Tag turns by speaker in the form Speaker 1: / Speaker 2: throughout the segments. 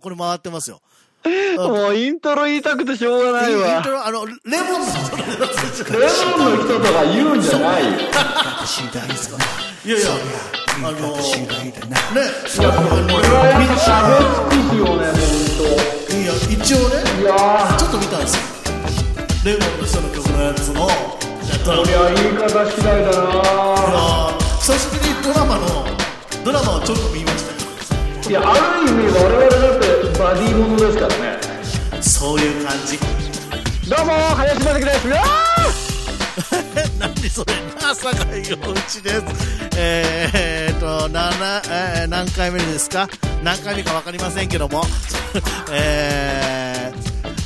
Speaker 1: これ回ってますよ。
Speaker 2: もうイントロ言いたくてしょうがない
Speaker 1: イ
Speaker 2: わ
Speaker 1: ント。ロあの、レモンズの
Speaker 2: レモンの人とか言うんじゃないよ。
Speaker 1: いやいや、あのー、ね、
Speaker 2: 喋り尽くすよね、
Speaker 1: いや、一応ね、
Speaker 2: いや
Speaker 1: ちょっと見たんですよ。レモンの人の曲のやつの、ドラマ
Speaker 2: いや、言い方次第だな
Speaker 1: あー久しぶりにドラマの、ドラマをちょっと見ましたよ。
Speaker 2: いや、ある意味我々だってバディものですからね。
Speaker 1: そういう感じ。
Speaker 2: どうも、林正樹です。うわ
Speaker 1: 何それ な酒井陽一ですえー、えーとなな、えー何回目ですか何回目か分かりませんけども え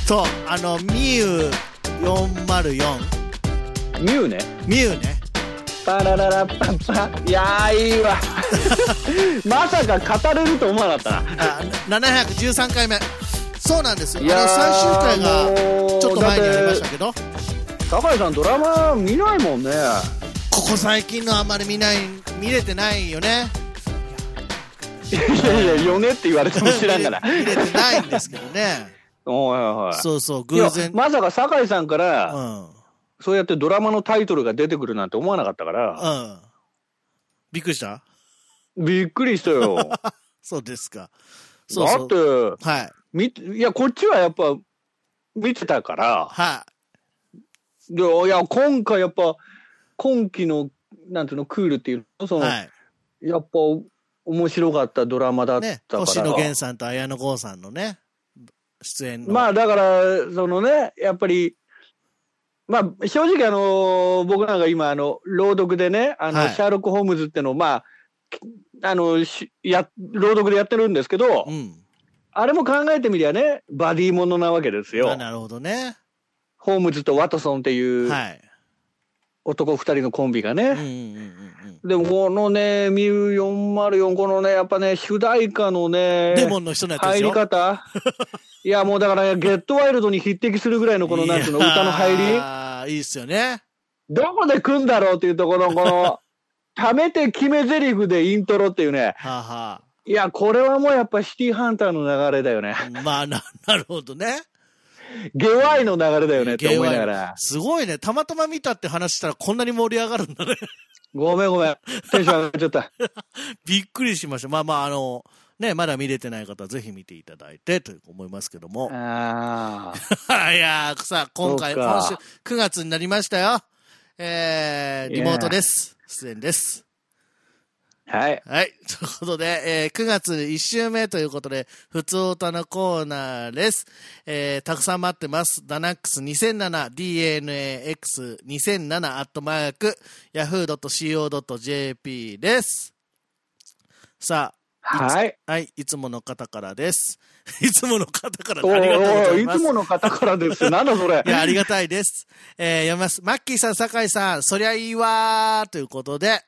Speaker 1: ーとあのミュー404
Speaker 2: ーミュウね。
Speaker 1: ミューね
Speaker 2: パラララパパ。いやー、いいわ。 まさか語れると思わなかったな。
Speaker 1: あな713回目そうなんですよあ
Speaker 2: い
Speaker 1: の
Speaker 2: やー
Speaker 1: 最終回が
Speaker 2: もう
Speaker 1: ちょっと前にありましたけど
Speaker 2: 酒井さん、ドラマ見ないもんね。
Speaker 1: ここ最近のあんまり見ない見れてないよね。
Speaker 2: いやいや、よねって言われても知ら んから
Speaker 1: 見れてないんですけどね
Speaker 2: おいおいおい。
Speaker 1: そうそう
Speaker 2: いや
Speaker 1: 偶然
Speaker 2: まさか酒井さんか
Speaker 1: う
Speaker 2: ら、
Speaker 1: ん
Speaker 2: そうやってドラマのタイトルが出てくるなんて思わなかったから、
Speaker 1: うん。びっくりした
Speaker 2: びっくりしたよ。
Speaker 1: そうですか。 そうそう。
Speaker 2: だって
Speaker 1: はい。
Speaker 2: み、いや、こっちはやっぱ、見てたから、
Speaker 1: は
Speaker 2: でいや、今回やっぱ、今期の、なんていうの、クールっていうの、そ
Speaker 1: い。
Speaker 2: の、
Speaker 1: はい。
Speaker 2: やっぱ、面白かったドラマだった
Speaker 1: ね。
Speaker 2: から。
Speaker 1: 星野源さんと綾野剛さんのね、出演の。
Speaker 2: まあだから、そのね、やっぱり、まあ正直あの、僕なんか今、あの、朗読でね、あの、
Speaker 1: はい
Speaker 2: シャーロック・ホームズってのを、まあ、きあの、しや、朗読でやってるんですけど、
Speaker 1: うん。
Speaker 2: あれも考えてみりゃね、バディものなわけです
Speaker 1: あ
Speaker 2: よ。
Speaker 1: なるほどね。
Speaker 2: ホームズとワトソンっていう
Speaker 1: はい。
Speaker 2: 男二人のコンビがね。
Speaker 1: うんうんうんうん
Speaker 2: でもこのね、ミュー404、このね、やっぱね、主題歌の
Speaker 1: う
Speaker 2: ね
Speaker 1: ん。、デモンの人のやつで
Speaker 2: 入
Speaker 1: し
Speaker 2: り
Speaker 1: ょ
Speaker 2: 方いや、もうだから、ゲットワイルドに匹敵するぐらいのこの、なんていうの、歌の入り
Speaker 1: ああ、いいっすよね。
Speaker 2: どこで来んだろうっていうところの、この、ためて決め台詞でイントロっていうね。
Speaker 1: はあはい
Speaker 2: や、これはもうやっぱシティハンターの流れだよ ね。
Speaker 1: あ。まあ、な、なるほどね。
Speaker 2: ゲワイの流れだよねって思いながら。
Speaker 1: すごいね。たまたま見たって話したらこんなに盛り上がるんだね。
Speaker 2: ごめんごめん。テンション上がっち ゃった。
Speaker 1: びっくりしました。まあまあ、あの、ね、まだ見れてない方はぜひ見ていただいてと思いますけども。
Speaker 2: あ
Speaker 1: いやーさあ、今回、
Speaker 2: そうか
Speaker 1: 今週、9月になりましたよ。えー、リモートです。出演です。
Speaker 2: ーはい。
Speaker 1: はい。ということで、えー、9月1週目ということで、普通歌のコーナーです。えー、たくさん待ってます。ダナックス2007、DNAX2007、アットマーク、yahoo.co.jp です。さ
Speaker 2: はい。
Speaker 1: あ、はい、いつもの方からです。 いつもの方から
Speaker 2: お
Speaker 1: ありがとうござ
Speaker 2: ー
Speaker 1: い
Speaker 2: い
Speaker 1: ます
Speaker 2: つ。もの方からですよ。なんだそれ
Speaker 1: い。や、ありがたいです。 えー、読みます。マッキーさん、酒井さん、そりゃいいわー、ということで、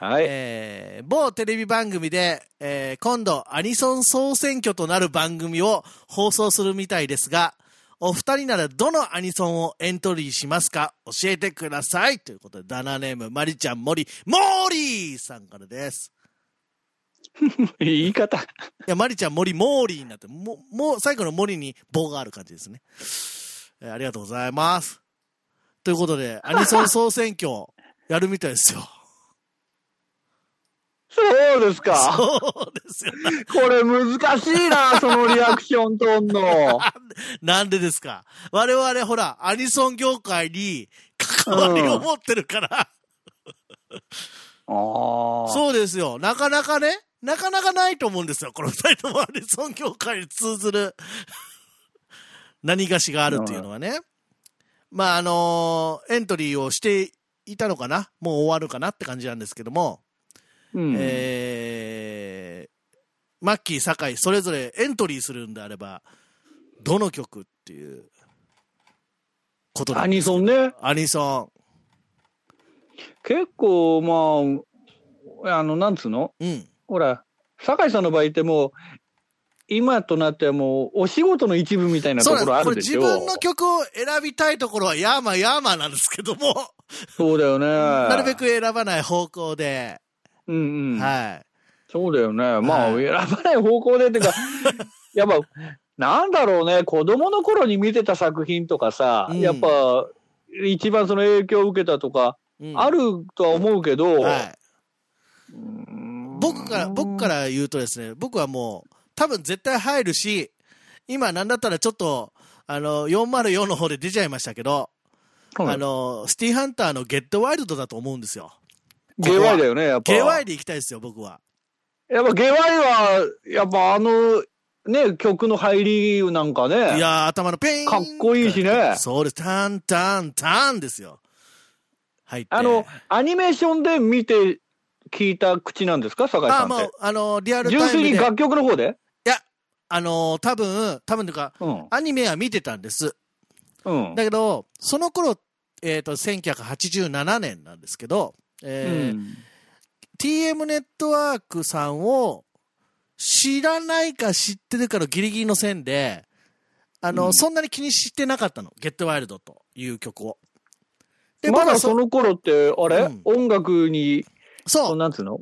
Speaker 2: はい。
Speaker 1: えー、某テレビ番組で、えー、今度、アニソン総選挙となる番組を放送するみたいですが、お二人ならどのアニソンをエントリーしますか教えてください。ということで、ダナネーム、マリちゃん、森、モーリーさんからです。
Speaker 2: 言い方。
Speaker 1: いや、マリちゃん、森、モーリーになって、も、もう、最後の森に棒がある感じですね。えーありがとうございます。ということで、アニソン総選挙、 やるみたいですよ。
Speaker 2: そうですか。
Speaker 1: そうですよ。
Speaker 2: これ難しいな、そのリアクションとん の。
Speaker 1: なんでですか我々、ほら、アニソン業界に関わりを持ってるから、
Speaker 2: ああ。
Speaker 1: そうですよ。なかなかね、なかなかないと思うんですよ。この二人ともア ニソン業界に通ずる 何がしがあるっていうのはね。まあ、あのーエントリーをしていたのかなもう終わるかなって感じなんですけども、
Speaker 2: うん。
Speaker 1: えーマッキー、酒井、それぞれエントリーするんであれば、どの曲っていうことな
Speaker 2: ア
Speaker 1: んで
Speaker 2: ニ
Speaker 1: す
Speaker 2: ソンね。
Speaker 1: アニソ
Speaker 2: 結構まああのなんつうの
Speaker 1: ン。うん。
Speaker 2: ほら酒井さんの場合ってもう今となってはもうお仕事の一部みたいなと
Speaker 1: そう
Speaker 2: ころ
Speaker 1: な
Speaker 2: あ
Speaker 1: んです。これ
Speaker 2: るで
Speaker 1: 自
Speaker 2: し
Speaker 1: 分
Speaker 2: ょ
Speaker 1: の曲を選びたいところはヤーマンヤーマンなんですけど も、
Speaker 2: そうだよね
Speaker 1: な
Speaker 2: な
Speaker 1: るべく選ばない方向で、
Speaker 2: うんうん、
Speaker 1: はい。
Speaker 2: そうだよねまあ、
Speaker 1: は
Speaker 2: 選ばない方向でっていうかやっぱ、なんだろうね、子供の頃に見てた作品とかさ、
Speaker 1: うん
Speaker 2: やっぱ、一番その影響を受けたとか、
Speaker 1: うん
Speaker 2: あるとは思うけど、
Speaker 1: はい。
Speaker 2: うん
Speaker 1: 僕から、僕か。ら言うとですね、僕はもう、多分絶対入るし、今なんだったらちょっと、あの、404の方で出ちゃいましたけど、
Speaker 2: うん
Speaker 1: あの、シティハンターのゲットワイルドだと思うんですよ。
Speaker 2: GY だよね、やっぱ。
Speaker 1: KY で行きたいですよ、僕は。
Speaker 2: やっぱ GY は、やっぱあの、ね、曲の入りなんかね。
Speaker 1: いやー、頭のペイン
Speaker 2: かっこいいしね
Speaker 1: そうです。タンタンタンですよ。入って。
Speaker 2: あの、アニメーションで見て聞いた口なんですか、酒井
Speaker 1: あ
Speaker 2: さ
Speaker 1: あ、
Speaker 2: んっ
Speaker 1: もう
Speaker 2: て。、
Speaker 1: あの、リアル
Speaker 2: 純
Speaker 1: タイ
Speaker 2: 粋
Speaker 1: ム
Speaker 2: に
Speaker 1: で。
Speaker 2: 楽曲の方で
Speaker 1: あの、多分、多分というか、
Speaker 2: うん。
Speaker 1: アニメは見てたんです。
Speaker 2: うん。
Speaker 1: だけど、その頃、えっ、と、1987年なんですけど、えー TM ネットワークさんを知らないか知ってるかのギリギリの線で、あの、
Speaker 2: うん
Speaker 1: そんなに気にしてなかったの。ゲットワイルドという曲を。
Speaker 2: うんま
Speaker 1: 僕は
Speaker 2: だその頃って、あれ、
Speaker 1: うん
Speaker 2: 音楽に、
Speaker 1: そう
Speaker 2: こう、なんつうの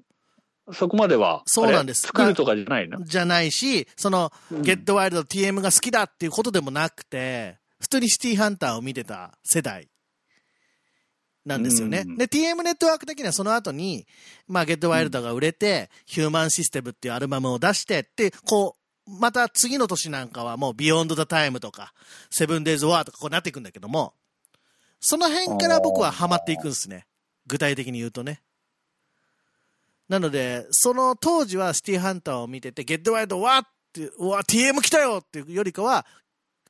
Speaker 2: そこまでは、
Speaker 1: そうなんです
Speaker 2: あれ作るとかじゃないな。
Speaker 1: じゃないし、その、ゲットワイルド TM が好きだっていうことでもなくて、普通にシティハンターを見てた世代なんですよね。
Speaker 2: うん
Speaker 1: で、TM ネットワーク的にはその後に、まあ、ゲットワイルドが売れて、ヒューマンシステムっていうアルバムを出してって、こう、また次の年なんかはもう、ビヨンド・ザ・タイムとか、セブン・デイズ・ワーとかこうなっていくんだけども、その辺から僕はハマっていくんですね。具体的に言うとね。なので、その当時はシティハンターを見てて、ゲットワイルド、わーって、うわ、TM 来たよっていうよりかは、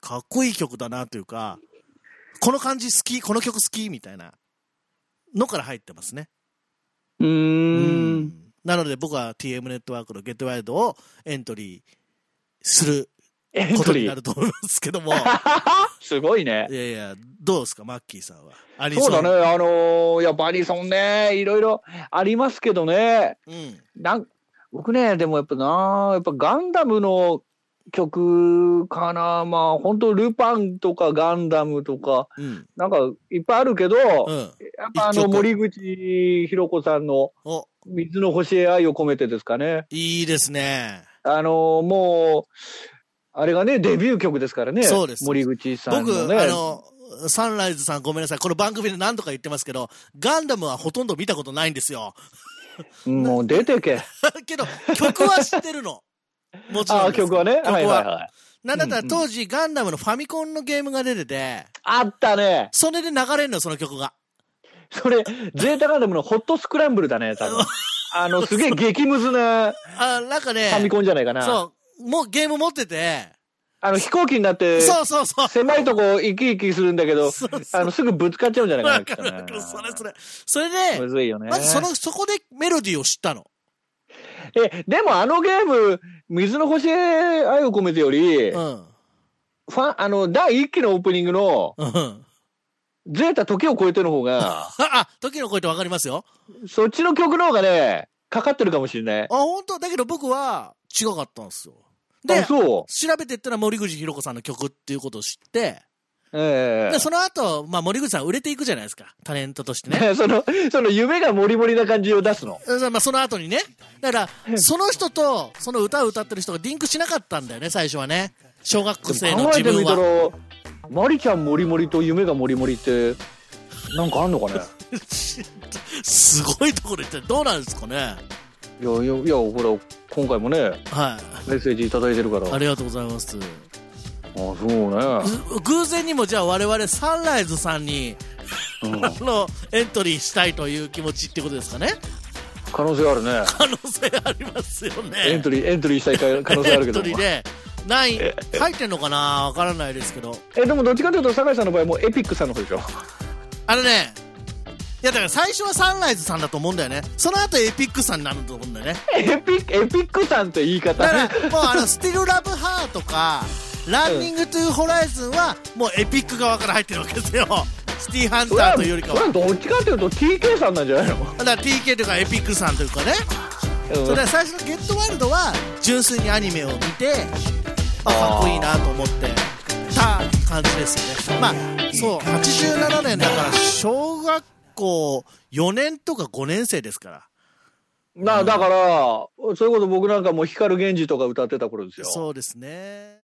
Speaker 1: かっこいい曲だなというか、この感じ好き、この曲好きみたいなのから入ってますね。
Speaker 2: う
Speaker 1: う
Speaker 2: ーん。。
Speaker 1: なので僕は TM ネットワークのゲットワイルドをエントリーする
Speaker 2: エン
Speaker 1: こ
Speaker 2: ト
Speaker 1: とに
Speaker 2: リ
Speaker 1: な
Speaker 2: ー。
Speaker 1: ると思いますけども、
Speaker 2: すごいね
Speaker 1: い。やいや、どうですか、マッキーさんは。アニソン
Speaker 2: そうだね。。あのーやっぱアニソンね、いろいろありますけどね。
Speaker 1: うん。
Speaker 2: なん僕ね、でもやっぱな、やっぱガンダムの曲かな、まあ本当ルパンとかガンダムとか、
Speaker 1: うん。
Speaker 2: なんかいっぱいあるけど、
Speaker 1: うん。
Speaker 2: やっぱあ
Speaker 1: 一
Speaker 2: の
Speaker 1: 曲
Speaker 2: 森口博子さんの
Speaker 1: お、
Speaker 2: 水の星へ愛を込めてですかね。
Speaker 1: いいですね。
Speaker 2: あのもう、あれがね、デビュー曲ですからね。
Speaker 1: そうです
Speaker 2: 森口さん
Speaker 1: 僕、
Speaker 2: のね。
Speaker 1: あの、サンライズさんごめんなさい。この番組で何度か言ってますけど、ガンダムはほとんど見たことないんですよ。
Speaker 2: もう出てけ。
Speaker 1: けど、曲は知ってる の。もちろん
Speaker 2: ああ、
Speaker 1: です。
Speaker 2: 曲はね。
Speaker 1: 曲は
Speaker 2: はいはいはい。
Speaker 1: なんだったら
Speaker 2: うんうん
Speaker 1: 当時、ガンダムのファミコンのゲームが出てて、
Speaker 2: あったね。
Speaker 1: それで流れるの、その曲が。
Speaker 2: それ、ゼータガンダムのホットスクランブルだね、多分。あの、すげえ激ムズな
Speaker 1: あ、なんか
Speaker 2: フ
Speaker 1: ね、
Speaker 2: ァミコンじゃないかな。
Speaker 1: そう、もうゲーム持ってて、
Speaker 2: あの、飛行機になって、
Speaker 1: そうそうそう。
Speaker 2: 狭いとこ行き行きするんだけど、
Speaker 1: そうそ
Speaker 2: あ
Speaker 1: う。
Speaker 2: の、すぐぶつかっちゃうんじゃない
Speaker 1: わ
Speaker 2: か
Speaker 1: か
Speaker 2: な。
Speaker 1: るわかる、それそ
Speaker 2: れ。
Speaker 1: れ。それで
Speaker 2: む、ずいよね。
Speaker 1: まずその、そこでメロディーを知ったの。
Speaker 2: え、でもあのゲーム、水の星へ愛を込めてより、
Speaker 1: う
Speaker 2: フ
Speaker 1: ん。
Speaker 2: ァン、あの、第一期のオープニングの、
Speaker 1: うん。
Speaker 2: ゼータ時を超えての方が、
Speaker 1: あ、時の声ってわかりますよ。
Speaker 2: そっちの曲の方がね、かかってるかもしれない。
Speaker 1: あ、本当だけど僕は違かったんですよ。
Speaker 2: あ
Speaker 1: で、調
Speaker 2: そ
Speaker 1: べてったら森口博子さんの曲っていうことを知って、
Speaker 2: う。ええ
Speaker 1: で、その後、まあ森口さん売れていくじゃないですか。タレントとしてね。
Speaker 2: その、その夢がモリモリな感じを出すの。
Speaker 1: うんまあ、その後にね。だから、その人と、その歌を歌ってる人がリンクしなかったんだよね、最初はね。小学生の
Speaker 2: 考え
Speaker 1: 自
Speaker 2: てみ
Speaker 1: 分
Speaker 2: たら
Speaker 1: は。、
Speaker 2: マリちゃんモリモリと夢がモリモリって、なんかあんのかね
Speaker 1: すごいところ行ってどうなんですかね。
Speaker 2: いやいや、いや、ほら、今回もね、
Speaker 1: はい。
Speaker 2: メッセージいただいてるから。あ
Speaker 1: ありがとうございます。
Speaker 2: そうね。
Speaker 1: ぐ偶然にも、じゃあ我々サンライズさんに、
Speaker 2: うん
Speaker 1: あの、エントリーしたいという気持ちってことですか ね。
Speaker 2: 可能性あるね。
Speaker 1: 可能性ありますよね。
Speaker 2: エントリー、エントリーしたいか可能性あるけど
Speaker 1: エントリー
Speaker 2: も。
Speaker 1: で、ない、入ってんのかなわからないですけど。
Speaker 2: え、でもどっちかというと、酒井さんの場合もうエピックさんの方でしょ。
Speaker 1: あのね、いやだから最初はサンライズさんだと思うんだよね。その後エピックさんになると思うんだよね。
Speaker 2: エピック、エピックさんって言い方
Speaker 1: だ。から、もうあの、スティルラブハーとか、ランニングトゥーホライズンは、もうエピック側から入ってるわけですよ。シティハン
Speaker 2: それ
Speaker 1: タ
Speaker 2: は
Speaker 1: ーというよりか
Speaker 2: そ
Speaker 1: は。
Speaker 2: れどっちかというと TK さんなんじゃないの
Speaker 1: だから TK とかエピックさんというかね。
Speaker 2: うん
Speaker 1: それは最初のゲットワイルドは、純粋にアニメを見て、あ、かっこいいなと思ってた感じですよね。まあ、そう、87年だから、小学校4年とか5年生ですから。
Speaker 2: な、だから、それこそ僕なんかもう光源氏とか歌ってた頃ですよ。
Speaker 1: そうですね。